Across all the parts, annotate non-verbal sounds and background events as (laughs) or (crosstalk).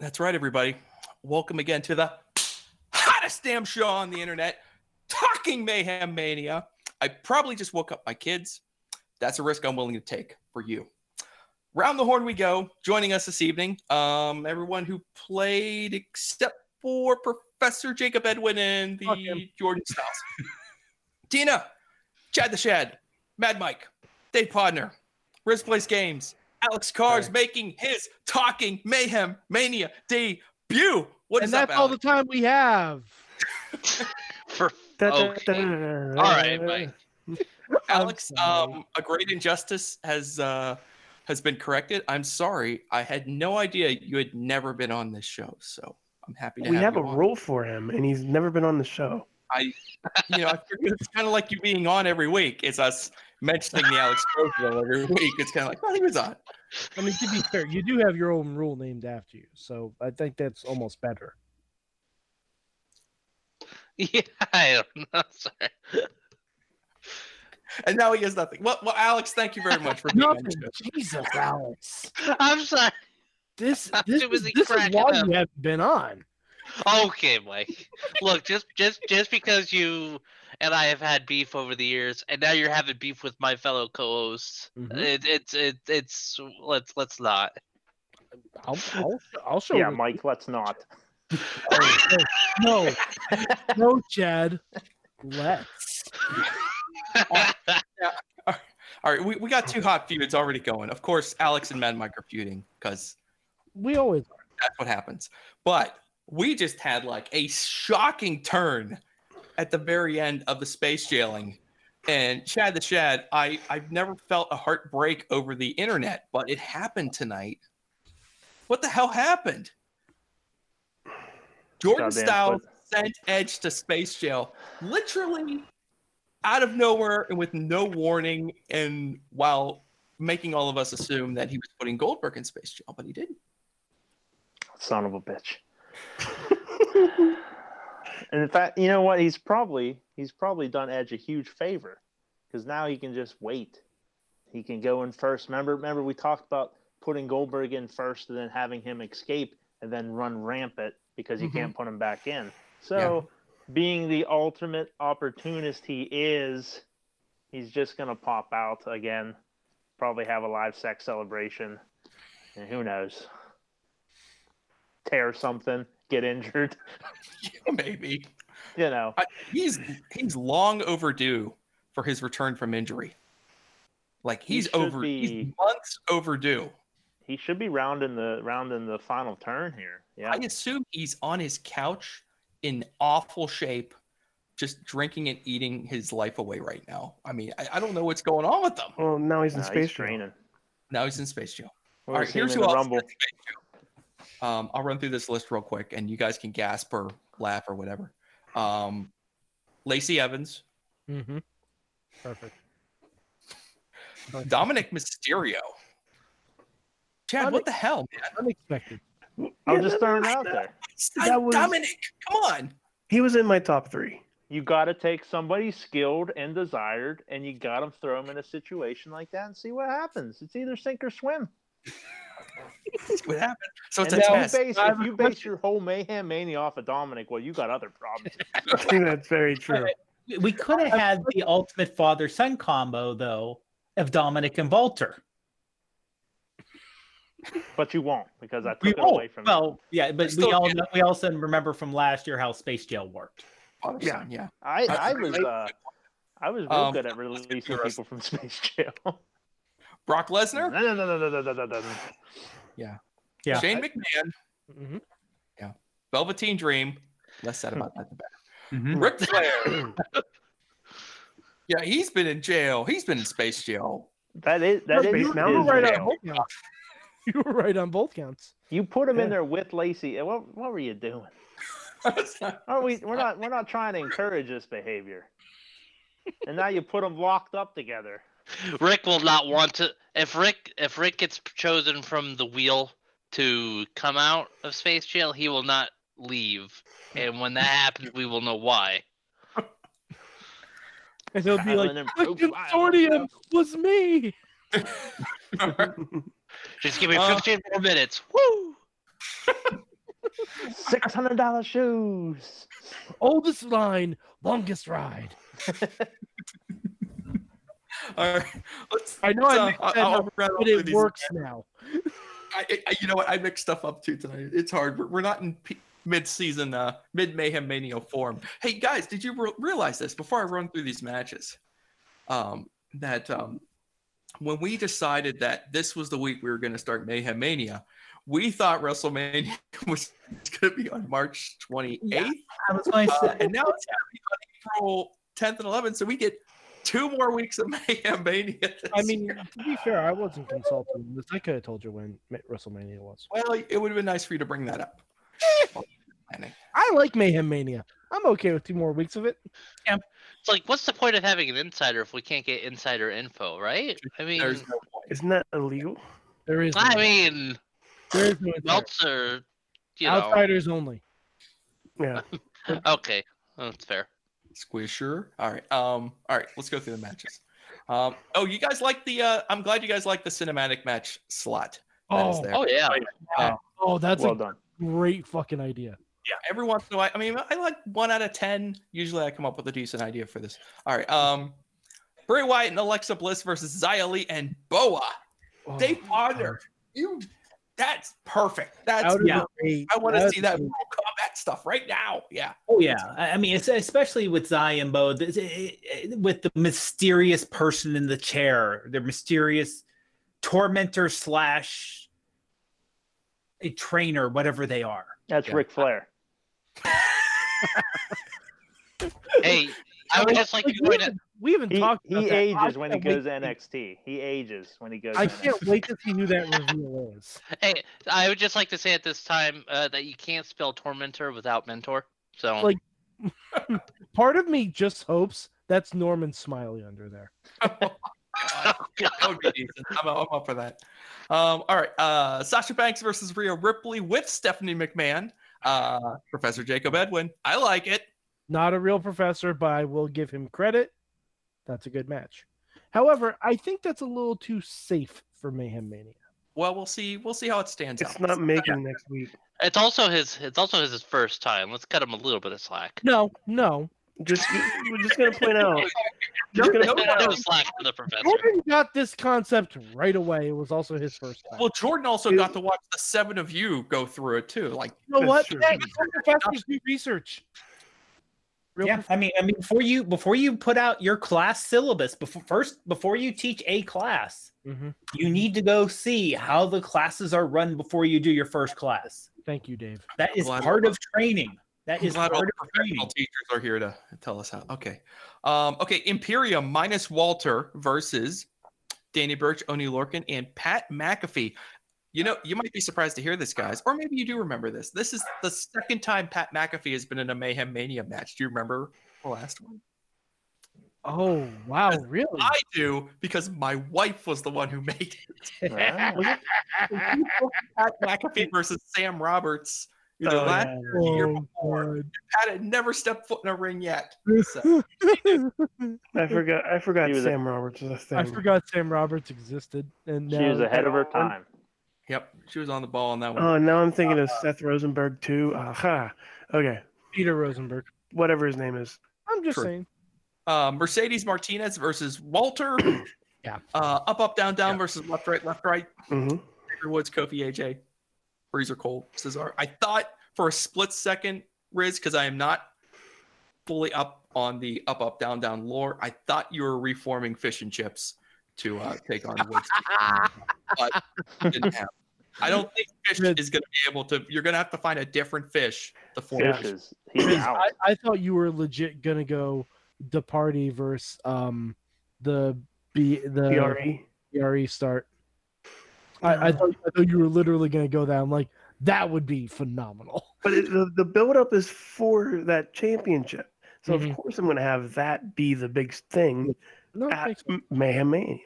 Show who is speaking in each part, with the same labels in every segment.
Speaker 1: That's right, everybody. Welcome again to the hottest damn show on the internet, Talking Mayhem Mania. I probably just woke up my kids. That's a risk I'm willing to take for you. Round the horn we go. Joining us this evening, um, everyone who played except for Professor Jacob Edwin and the
Speaker 2: Fuck him.
Speaker 1: Jordan
Speaker 2: (laughs)
Speaker 1: Styles. Tina, Chad the Shad, Mad Mike, Dave Podner, Risk Place Games, Alex Carr's making his Talking Mayhem Mania debut. What is
Speaker 2: and that's
Speaker 1: up,
Speaker 2: all
Speaker 1: Alex?
Speaker 2: the time we have.
Speaker 3: For Okay.
Speaker 2: All
Speaker 3: all right, Mike.
Speaker 2: I'm
Speaker 1: Alex,
Speaker 2: sorry.
Speaker 1: um, a great injustice has uh, has been corrected. I'm sorry, I had no idea you had never been on this show, so I'm happy to
Speaker 4: we
Speaker 1: have,
Speaker 4: have
Speaker 1: you
Speaker 4: a
Speaker 1: on.
Speaker 4: rule for him, and he's never been on the show.
Speaker 1: You know, I figured it's kind of like you being on every week. It's us mentioning the Alex Crowfield every week. It's kind of like, oh, he was on.
Speaker 2: I mean, to be fair, you do have your own rule named after you, so I think that's almost better.
Speaker 3: (laughs) Yeah, I don't know. Sorry.
Speaker 1: and now he has nothing. Well, well, Alex, thank you very much for being on
Speaker 2: (laughs)
Speaker 1: the show.
Speaker 2: Jesus, Alex.
Speaker 3: I'm sorry. (laughs)
Speaker 2: This
Speaker 3: I'm
Speaker 2: this,
Speaker 3: too
Speaker 2: is,
Speaker 3: busy
Speaker 2: this is
Speaker 3: cracking
Speaker 2: why
Speaker 3: up.
Speaker 2: you haven't been on.
Speaker 3: Okay, Mike. Look, just just just because you and I have had beef over the years, and now you're having beef with my fellow co-hosts.
Speaker 2: Mhm.
Speaker 3: It, it's it, it's let's let's not.
Speaker 2: I'll, I'll, I'll show
Speaker 5: Yeah,
Speaker 2: you.
Speaker 5: Mike, let's not.
Speaker 3: (laughs)
Speaker 2: No, no, Chad. Let's.
Speaker 1: All right, we, we got two hot feuds already going. Of course, Alex and Mad Mike are feuding because
Speaker 2: We always are.
Speaker 1: that's what happens. But we just had like a shocking turn at the very end of the space jailing. And Chad the Chad, I, I've never felt a heartbreak over the internet, but it happened tonight. What the hell happened? Jordan
Speaker 5: Goddamn
Speaker 1: Styles sent Edge to space jail literally out of nowhere and with no warning, and while making all of us assume that he was putting Goldberg in space jail, but he didn't. (laughs)
Speaker 5: Son of a bitch. and in fact, you know what? He's probably he's probably done Edge a huge favor because now he can just wait. He can go in first. Remember, remember we talked about putting Goldberg in first and then having him escape and then run rampant because you can't put him back in. So, being the ultimate opportunist he is, he's just gonna pop out again. Probably have a live sex celebration, and who knows? Tear something, get injured. (laughs)
Speaker 1: Maybe.
Speaker 5: You know,
Speaker 1: he's he's long overdue for his return from injury. Like
Speaker 5: He
Speaker 1: he's
Speaker 5: should
Speaker 1: over he's
Speaker 5: be-
Speaker 1: months overdue.
Speaker 5: he should be rounding the rounding the final turn here. Yeah,
Speaker 1: I assume he's on his couch in awful shape, just drinking and eating his life away right now. I mean, I, I don't know what's going on with them.
Speaker 4: Well, now he's in
Speaker 5: Nah,
Speaker 4: space
Speaker 5: he's
Speaker 4: training.
Speaker 5: draining.
Speaker 1: Now he's in space jail.
Speaker 5: We'll
Speaker 1: All right,
Speaker 5: see him
Speaker 1: here's
Speaker 5: in
Speaker 1: who
Speaker 5: the
Speaker 1: else
Speaker 5: rumble.
Speaker 1: is in space jail. Um, I'll run through this list real quick, and you guys can gasp or laugh or whatever. Um, Lacey Evans,
Speaker 2: Mm-hmm. Perfect.
Speaker 1: Dominic Mysterio. Chad, what the hell, man?
Speaker 2: Unexpected.
Speaker 5: I'm just throwing it out there.
Speaker 4: That was-
Speaker 1: Dominic, come on.
Speaker 4: He was in my top three. (laughs)
Speaker 5: You got to take somebody skilled and desired, and you got to throw him in a situation like that and see what happens. It's either sink or swim.
Speaker 1: what happened? So it's
Speaker 5: and
Speaker 1: a
Speaker 5: if you,
Speaker 1: test.
Speaker 5: base,
Speaker 2: I
Speaker 5: if
Speaker 2: have a
Speaker 5: you base your whole mayhem mania off of Dominic, well, you got other
Speaker 1: (laughs)
Speaker 5: problems.
Speaker 4: That's very true.
Speaker 6: We- We could have had the ultimate father son combo though of Dominic and Walter.
Speaker 5: but you won't because I took
Speaker 6: We
Speaker 5: it away
Speaker 6: won't.
Speaker 5: from you.
Speaker 6: Oh, Well, yeah, but we
Speaker 1: still
Speaker 6: all
Speaker 1: good.
Speaker 6: know, we also remember from last year how space jail worked.
Speaker 1: Father,
Speaker 4: Yeah.
Speaker 1: son, yeah.
Speaker 5: I, I was uh, I was real
Speaker 1: Um,
Speaker 5: good at
Speaker 1: let's
Speaker 5: releasing
Speaker 1: get to the rest.
Speaker 5: people from (laughs) space jail.
Speaker 1: Brock
Speaker 5: no,
Speaker 1: Lesnar,
Speaker 5: no, no, no, no, no, no, no.
Speaker 6: Yeah.
Speaker 1: Shane McMahon,
Speaker 2: Mm-hmm.
Speaker 1: Velveteen Dream. Less said about that, the better.
Speaker 6: Mhm.
Speaker 1: Ric Flair. yeah, he's been in jail. He's been in space jail. (laughs)
Speaker 5: That is that
Speaker 4: Space
Speaker 5: is
Speaker 2: you,
Speaker 4: Mountain
Speaker 2: were
Speaker 5: his
Speaker 2: right on
Speaker 5: jail.
Speaker 2: both counts. (laughs) You were right on both counts.
Speaker 5: You put him
Speaker 2: Yeah.
Speaker 5: in there with Lacey. and What what were you doing?
Speaker 1: That's
Speaker 5: Are we we're not we're not trying to encourage this behavior. and now you put them locked up together.
Speaker 3: Rick will not want to. If Rick if Rick gets chosen from the wheel to come out of space jail, he will not leave. And when that happens, we will know why.
Speaker 2: And they'll be like,
Speaker 5: Silent and
Speaker 2: the
Speaker 5: profile.
Speaker 2: consortium was me.
Speaker 3: Just give me
Speaker 1: Uh,
Speaker 3: 15 more minutes. Woo!
Speaker 5: Six hundred dollar shoes.
Speaker 2: Oldest line, longest ride.
Speaker 1: All right, let's.
Speaker 2: I know I
Speaker 1: uh,
Speaker 2: mixed
Speaker 1: I'll-
Speaker 2: that
Speaker 1: I'll
Speaker 2: up,
Speaker 1: rattle
Speaker 2: But
Speaker 1: through
Speaker 2: it
Speaker 1: these.
Speaker 2: works now.
Speaker 1: I, I, you know what? I mixed stuff up too tonight. It's hard. We're, we're not in pe mid-season, uh, mid-mayhem mania form. Hey guys, did you re- realize this before I run through these matches? Um, that um, when we decided that this was the week we were going to start mayhem mania, we thought WrestleMania (laughs) was going to be on March 28th,
Speaker 6: I was going to
Speaker 1: uh,
Speaker 6: say,
Speaker 1: and now it's going to be on April 10th and 11th. So we get two more weeks of (laughs) mayhem mania.
Speaker 2: I
Speaker 1: this
Speaker 2: mean, to be fair, I wasn't consulted on this. I could have told you when Ma- WrestleMania was.
Speaker 1: Well, it would have been nice for you to bring that up.
Speaker 2: I like Mayhem Mania. I'm okay with two more weeks of it.
Speaker 3: It's like, what's the point of having an insider if we can't get insider info, right? I mean,
Speaker 6: mm,
Speaker 1: There's no point.
Speaker 4: Isn't that illegal?
Speaker 2: There is.
Speaker 3: I
Speaker 2: no-
Speaker 3: mean,
Speaker 2: there is no insider.
Speaker 3: Meltzer, you know.
Speaker 2: outsiders only.
Speaker 4: (laughs) Yeah.
Speaker 3: Okay, that's fair.
Speaker 1: Squisher. All right. Um. All right. Let's go through the matches. Um. Oh, you guys like the? Uh, I'm glad you guys like the cinematic match slot. that is
Speaker 2: Oh,
Speaker 1: there.
Speaker 3: Oh yeah,
Speaker 2: oh, that's
Speaker 5: well
Speaker 2: a
Speaker 5: done.
Speaker 2: great fucking idea.
Speaker 1: yeah. Every once in a while, I mean, I like one out of ten. Usually, I come up with a decent idea for this. All right. Um. Bray Wyatt and Alexa Bliss versus Xia Li and Boa.
Speaker 2: Oh,
Speaker 1: They father. You. That's perfect. That's.
Speaker 2: out of
Speaker 6: yeah.
Speaker 2: the gate,
Speaker 1: I want to
Speaker 2: that's
Speaker 1: see that
Speaker 2: a-
Speaker 1: Mortal Kombat stuff right now. Yeah.
Speaker 6: oh yeah, I I mean, it's, especially with Zion Bo, th- it- it- with the mysterious person in the chair, the mysterious tormentor slash a trainer, whatever they are.
Speaker 5: That's
Speaker 1: Yeah.
Speaker 5: Ric Flair.
Speaker 3: hey, I would just
Speaker 2: (laughs)
Speaker 3: like to
Speaker 2: Like, we,
Speaker 3: point out.
Speaker 2: haven't, we haven't
Speaker 5: He,
Speaker 2: talked about
Speaker 5: he
Speaker 2: that.
Speaker 5: ages
Speaker 2: I
Speaker 5: when he
Speaker 2: can't wait
Speaker 5: goes
Speaker 2: to see-
Speaker 5: NXT. He ages when he goes.
Speaker 2: I
Speaker 5: NXT.
Speaker 2: can't wait to see who that reveal is.
Speaker 3: Hey, I would just like to say at this time uh, that you can't spell tormentor without mentor. So
Speaker 2: Like- Part of me just hopes that's Norman Smiley under there.
Speaker 1: that would be decent. I'm, I'm up for that. Um, all right. Uh, Sasha Banks versus Rhea Ripley with Stephanie McMahon. Uh, Professor Jacob Edwin. I like it.
Speaker 2: Not a real professor, but I will give him credit. That's a good match. However, I think that's a little too safe for Mayhem Mania.
Speaker 1: Well, we'll see. We'll see how it stands
Speaker 4: It's
Speaker 1: out.
Speaker 4: not making next week.
Speaker 3: it's also his. It's also his first time. Let's cut him a little bit of slack.
Speaker 2: No, no.
Speaker 4: Just we're just gonna point (laughs) out.
Speaker 1: No,
Speaker 4: Just gonna
Speaker 3: No,
Speaker 1: no,
Speaker 4: point
Speaker 1: no.
Speaker 4: out.
Speaker 3: slack for the professor.
Speaker 2: Norman got this concept right away. It was also his first time.
Speaker 1: Well, Jordan also got to watch the seven of you go through it too. Like,
Speaker 2: you know
Speaker 4: that's
Speaker 2: what?
Speaker 4: true.
Speaker 2: Hey, professors do research. Real
Speaker 6: yeah,
Speaker 2: prof-
Speaker 6: I mean, I mean, before you before you put out your class syllabus, before first before you teach a class,
Speaker 2: Mhm.
Speaker 6: you need to go see how the classes are run before you do your first class.
Speaker 2: Thank you, Dave.
Speaker 6: That is
Speaker 1: Glad-
Speaker 6: part of training. That
Speaker 1: I'm
Speaker 6: is
Speaker 1: glad
Speaker 6: part
Speaker 1: all
Speaker 6: of
Speaker 1: the professional
Speaker 6: training.
Speaker 1: teachers are here to tell us how. Okay. Um, okay. Imperium minus Walter versus Danny Birch, Oni Lorcan, and Pat McAfee. You know, you might be surprised to hear this, guys, or maybe you do remember this. This is the second time Pat McAfee has been in a Mayhem Mania match. Do you remember the last one?
Speaker 2: Oh wow, really?
Speaker 4: Hmm.
Speaker 1: I do because my wife was the one who made
Speaker 4: (laughs)
Speaker 5: Wow.
Speaker 1: it. Pat McAfee versus Sam Roberts. Either
Speaker 4: Oh,
Speaker 1: last
Speaker 4: yeah.
Speaker 1: or the year
Speaker 2: Oh,
Speaker 1: before.
Speaker 2: God.
Speaker 1: Pat had never stepped foot in a ring yet. (laughs) So.
Speaker 4: I forgot. I
Speaker 5: He
Speaker 4: forgot
Speaker 5: was a-
Speaker 4: Sam Roberts was a thing.
Speaker 2: I forgot Sam Roberts existed, and
Speaker 5: She
Speaker 2: now
Speaker 5: was ahead of her time.
Speaker 1: Yep, she was on the ball on that one.
Speaker 4: Oh, now I'm thinking of Seth Rosenberg too. Aha. Okay.
Speaker 2: Peter Rosenberg.
Speaker 4: Whatever his name is.
Speaker 2: I'm just
Speaker 1: True.
Speaker 2: saying.
Speaker 1: Uh, Mercedes Martinez versus Walter.
Speaker 2: (clears throat) Yeah.
Speaker 1: Uh, up, up, down, down versus left, right, left, right.
Speaker 4: hmm
Speaker 1: Xavier Woods, Kofi, AJ, Freezer, Cole, Cesar. I thought for a split second, Riz, because I am not fully up on the up, up, down, down lore. I thought you were reforming fish and chips to uh, take on
Speaker 2: (laughs)
Speaker 1: Woods, but it didn't happen. I don't think fish
Speaker 2: Riz.
Speaker 1: is going to be able to. You're going to have to find a different fish to form.
Speaker 5: Fish is he's
Speaker 2: (clears throat)
Speaker 5: out.
Speaker 2: I, I thought you were legit gonna go the party versus um the B
Speaker 5: Uh,
Speaker 2: the
Speaker 4: PRE.
Speaker 2: BRE start. I, I thought I thought you were literally gonna go that. I'm like, that would be phenomenal. (laughs)
Speaker 4: But it, the the build up is for that championship. So
Speaker 5: Mm-hmm.
Speaker 2: Mhm.
Speaker 4: of course I'm going to have that be the big thing
Speaker 2: No, it
Speaker 4: at
Speaker 2: makes, sense.
Speaker 4: Mayhem Mania.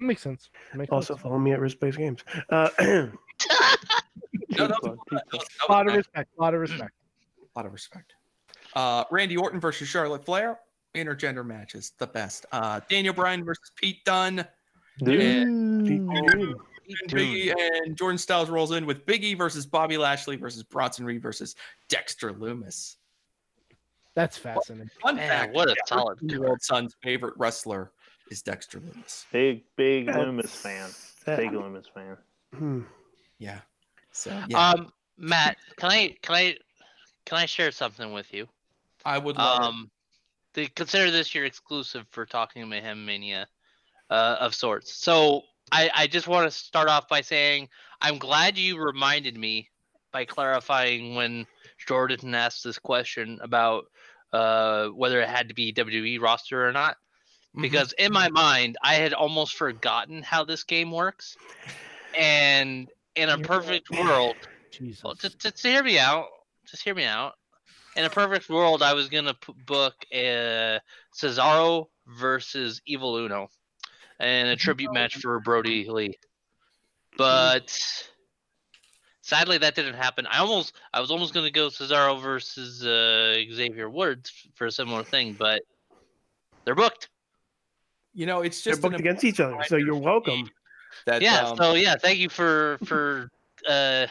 Speaker 2: makes sense. Makes
Speaker 4: Ah. Also
Speaker 2: sense.
Speaker 4: follow me at Risk Based Games. Uh, (clears throat)
Speaker 1: No, that was-
Speaker 5: People,
Speaker 1: that
Speaker 5: people.
Speaker 1: was- that was
Speaker 2: a lot of
Speaker 1: nice.
Speaker 2: respect. A lot of respect.
Speaker 1: A lot of respect. Uh, Randy Orton versus Charlotte Flair. Intergender matches, the best. Uh, Daniel Bryan versus Pete Dunn.
Speaker 5: Dude,
Speaker 1: And
Speaker 4: Pete Dunne.
Speaker 1: And Biggie and Jordan Styles rolls in with Biggie versus Bobby Lashley versus Bronson Reed versus Dexter Loomis.
Speaker 2: That's fascinating.
Speaker 1: Fun
Speaker 3: Man,
Speaker 1: fact:
Speaker 3: what a solid card.
Speaker 1: World Son's favorite wrestler is Dexter Loomis.
Speaker 5: Big, big
Speaker 4: That's-
Speaker 5: Oh, Loomis fan.
Speaker 4: that-
Speaker 5: Big Loomis fan.
Speaker 2: Hmm.
Speaker 1: Yeah. So yeah,
Speaker 3: Um, Matt, can I can I can I share something with you?
Speaker 1: I would love it.
Speaker 3: Um, they consider this your exclusive for talking Mayhem Mania uh, of sorts. So I, I just want to start off by saying I'm glad you reminded me by clarifying when Jordan asked this question about uh, whether it had to be WWE roster or not.
Speaker 1: Mhm.
Speaker 3: Because in my mind, I had almost forgotten how this game works, and in a
Speaker 2: Yeah.
Speaker 3: perfect world,
Speaker 2: Jesus.
Speaker 3: well, just, just hear me out. Just hear me out. In a perfect world, I was gonna p- book uh, Cesaro versus Evil Uno, and a tribute match for Brody Lee. But sadly, that didn't happen. I almost, I was almost gonna go Cesaro versus uh, Xavier Woods f- for a similar thing, but they're booked.
Speaker 1: you know, it's
Speaker 4: They're
Speaker 1: just
Speaker 4: booked
Speaker 1: an-
Speaker 4: against each other, so you're welcome.
Speaker 1: that
Speaker 3: yeah.
Speaker 1: um,
Speaker 3: so yeah, thank you for for uh,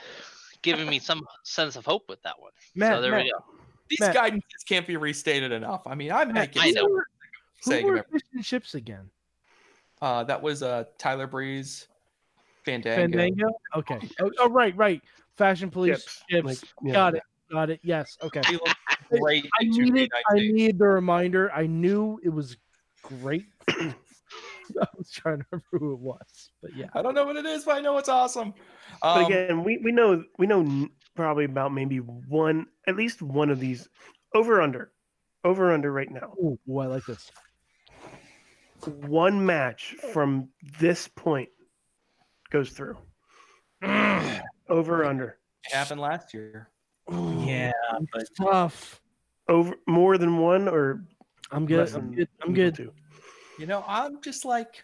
Speaker 3: giving me some sense of hope with that one.
Speaker 2: Matt,
Speaker 3: so there
Speaker 2: Matt,
Speaker 3: we go.
Speaker 1: these
Speaker 2: Matt.
Speaker 1: guidances can't be restated enough. I mean, I'm making
Speaker 3: I know.
Speaker 2: Who were-
Speaker 1: saying
Speaker 2: Who were
Speaker 1: remember.
Speaker 2: fishing ships again?
Speaker 1: Uh, that was uh, Tyler Breeze, Fandango.
Speaker 2: Fandango. Okay. Oh, oh, right, right. Fashion police.
Speaker 4: Chips.
Speaker 2: Chips.
Speaker 4: Like, yeah.
Speaker 2: Got it. Got it. Yes. Okay.
Speaker 1: He looked great.
Speaker 2: (laughs) I
Speaker 1: in
Speaker 2: needed. I
Speaker 1: 2K19.
Speaker 2: needed the reminder. I knew it was great. (coughs) I was trying to remember who it was, but yeah.
Speaker 1: I don't know what it is, but I know it's awesome.
Speaker 4: But
Speaker 1: Um,
Speaker 4: again, we, we know we know n- probably about maybe one, at least one of these, over under, over under right now.
Speaker 2: Ooh, ooh, I like this.
Speaker 4: One match from this point
Speaker 2: (sighs)
Speaker 4: goes through. over under,
Speaker 1: it happened last year.
Speaker 2: Ooh,
Speaker 6: Yeah, but
Speaker 2: it's tough.
Speaker 4: over more than one or
Speaker 2: I'm good.
Speaker 4: less
Speaker 2: I'm
Speaker 5: Mm,
Speaker 4: than
Speaker 2: good. I'm
Speaker 4: equal
Speaker 2: good.
Speaker 4: to.
Speaker 1: You know, I'm just like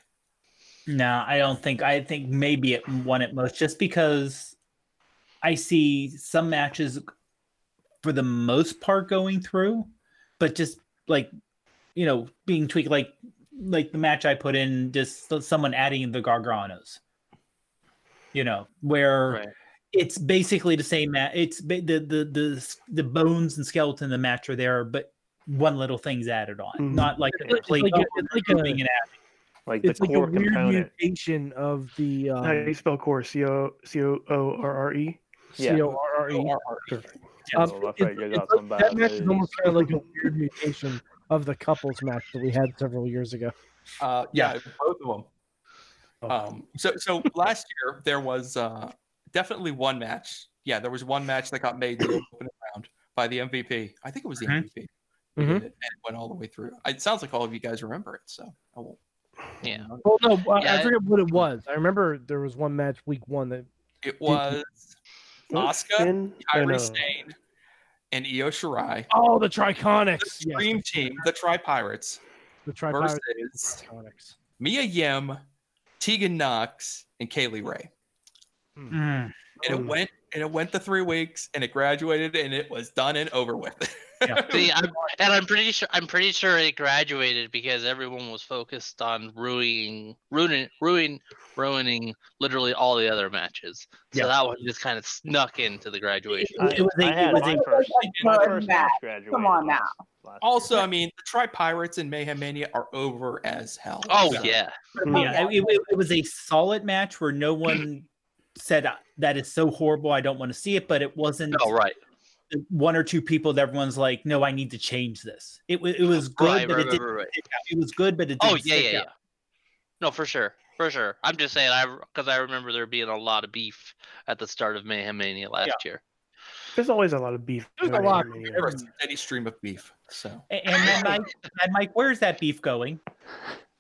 Speaker 6: no, I don't think. I think maybe at one at most, just because I see some matches for the most part going through, but just like you know being tweaked, like like the match I put in, just someone adding in the Garganos. You know where.
Speaker 3: Right.
Speaker 6: it's basically the same match. It's ba- the, the the s- the bones and skeleton of the match are there, but one little thing's added on,
Speaker 4: Mhm.
Speaker 6: not like a
Speaker 2: It's
Speaker 6: complete
Speaker 2: like a- it's like a-
Speaker 6: overdoing it out.
Speaker 5: Like
Speaker 2: It's
Speaker 5: the
Speaker 2: like a
Speaker 5: core
Speaker 2: weird
Speaker 5: component.
Speaker 2: mutation of the
Speaker 4: uh, How do
Speaker 2: um,
Speaker 4: you spell core? C O C O O R R E.
Speaker 5: Yeah.
Speaker 2: C O R R E.
Speaker 1: oh,
Speaker 5: Yeah, well, that's right, you got some
Speaker 2: that
Speaker 5: bad
Speaker 2: match is
Speaker 5: moves.
Speaker 2: almost kind of like
Speaker 5: (laughs)
Speaker 2: a weird mutation of the couples match that we had several years ago.
Speaker 1: Uh, yeah, both of them.
Speaker 2: Oh.
Speaker 1: Um, so, so last year there was uh, definitely one match. Yeah, there was one match that got made in the opening round by the MVP. I think it was the
Speaker 6: Mhm.
Speaker 1: MVP. who
Speaker 5: Mm-hmm.
Speaker 1: did it, and it went all the way through. It sounds like all of you guys remember it, so I won't.
Speaker 3: Yeah.
Speaker 2: Well, no, I-
Speaker 3: Yeah,
Speaker 2: I
Speaker 3: it-
Speaker 2: forget what it was. I remember there was one match week one that
Speaker 1: It was Asuka,
Speaker 4: Oh,
Speaker 1: Kyrie Sane, and Io Shirai,
Speaker 2: oh the
Speaker 1: the
Speaker 2: Triconics, yes,
Speaker 1: Scream Team, the Tri Pirates
Speaker 2: the Triconics.
Speaker 1: versus
Speaker 2: Triconics.
Speaker 1: Mia Yim, Tegan Knox, and Kaylee Ray. And it
Speaker 4: Mm.
Speaker 1: went and it went the three weeks, and it graduated, and it was done and over with. (laughs)
Speaker 6: Yeah.
Speaker 3: See, I'm, and I'm pretty sure I'm pretty sure it graduated because everyone was focused on ruining, ruining, ruin, ruining literally all the other matches. So
Speaker 6: Yeah.
Speaker 3: that one just kind of snuck into the graduation.
Speaker 5: I,
Speaker 6: It was Oh, a-
Speaker 5: I
Speaker 6: it
Speaker 5: had
Speaker 6: was
Speaker 5: my
Speaker 6: a-
Speaker 5: first, my
Speaker 7: Sorry,
Speaker 5: first
Speaker 7: Matt.
Speaker 5: match graduated.
Speaker 7: Come on
Speaker 5: last-
Speaker 7: now.
Speaker 5: last
Speaker 1: also,
Speaker 5: year.
Speaker 1: I mean, the Tri Pirates and Mayhem Mania are over as hell.
Speaker 3: (laughs) oh
Speaker 1: so-
Speaker 3: yeah,
Speaker 6: yeah, it, it- it was a solid match where no one said "Uh, that is so horrible. I don't want to see it, but it wasn't
Speaker 3: no right,
Speaker 6: the one or two people that everyone's like, no, I need to change this. It wa- it was good,
Speaker 3: right,
Speaker 6: but
Speaker 3: right, right,
Speaker 6: it didn't.
Speaker 3: right, right.
Speaker 6: stick out. It was good, but it didn't.
Speaker 3: Oh yeah,
Speaker 6: stick
Speaker 3: yeah, yeah.
Speaker 6: out.
Speaker 3: No, for sure, for sure. I'm just saying, I because I remember there being a lot of beef at the start of Mayhem Mania last year.
Speaker 4: There's always a lot of beef.
Speaker 2: There's a
Speaker 4: during
Speaker 2: lot.
Speaker 4: Mania.
Speaker 1: There was a steady stream of beef. So
Speaker 6: A- And then Mike, and Mike, where's that beef going?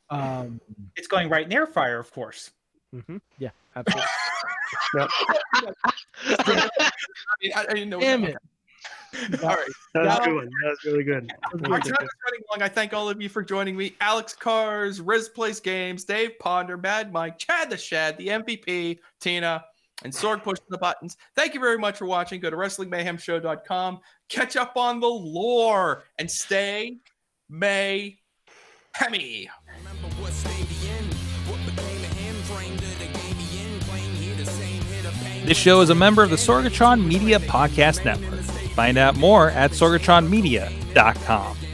Speaker 2: Um,
Speaker 6: It's going right in their fire, of course.
Speaker 2: mhm, Yeah, absolutely.
Speaker 1: I mean, I, I didn't know.
Speaker 2: Damn it.
Speaker 1: All (laughs) right.
Speaker 4: That was
Speaker 1: Yeah.
Speaker 4: a good one. That was really good.
Speaker 1: Our time is running long. I thank all of you for joining me. Alex Cars, Riz Place Games, Dave Ponder, Mad Mike, Chad the Shad, the MVP, Tina, and Sorg pushing the buttons. Thank you very much for watching. Go to WrestlingMayhemShow.com. Catch up on the lore and stay May Hemi.
Speaker 8: Remember what stayed the end? What became a hand frame to the game he in? Claim
Speaker 5: This show is a member of the Sorgatron Media Podcast Network. Find out more at sorgatronmedia.com.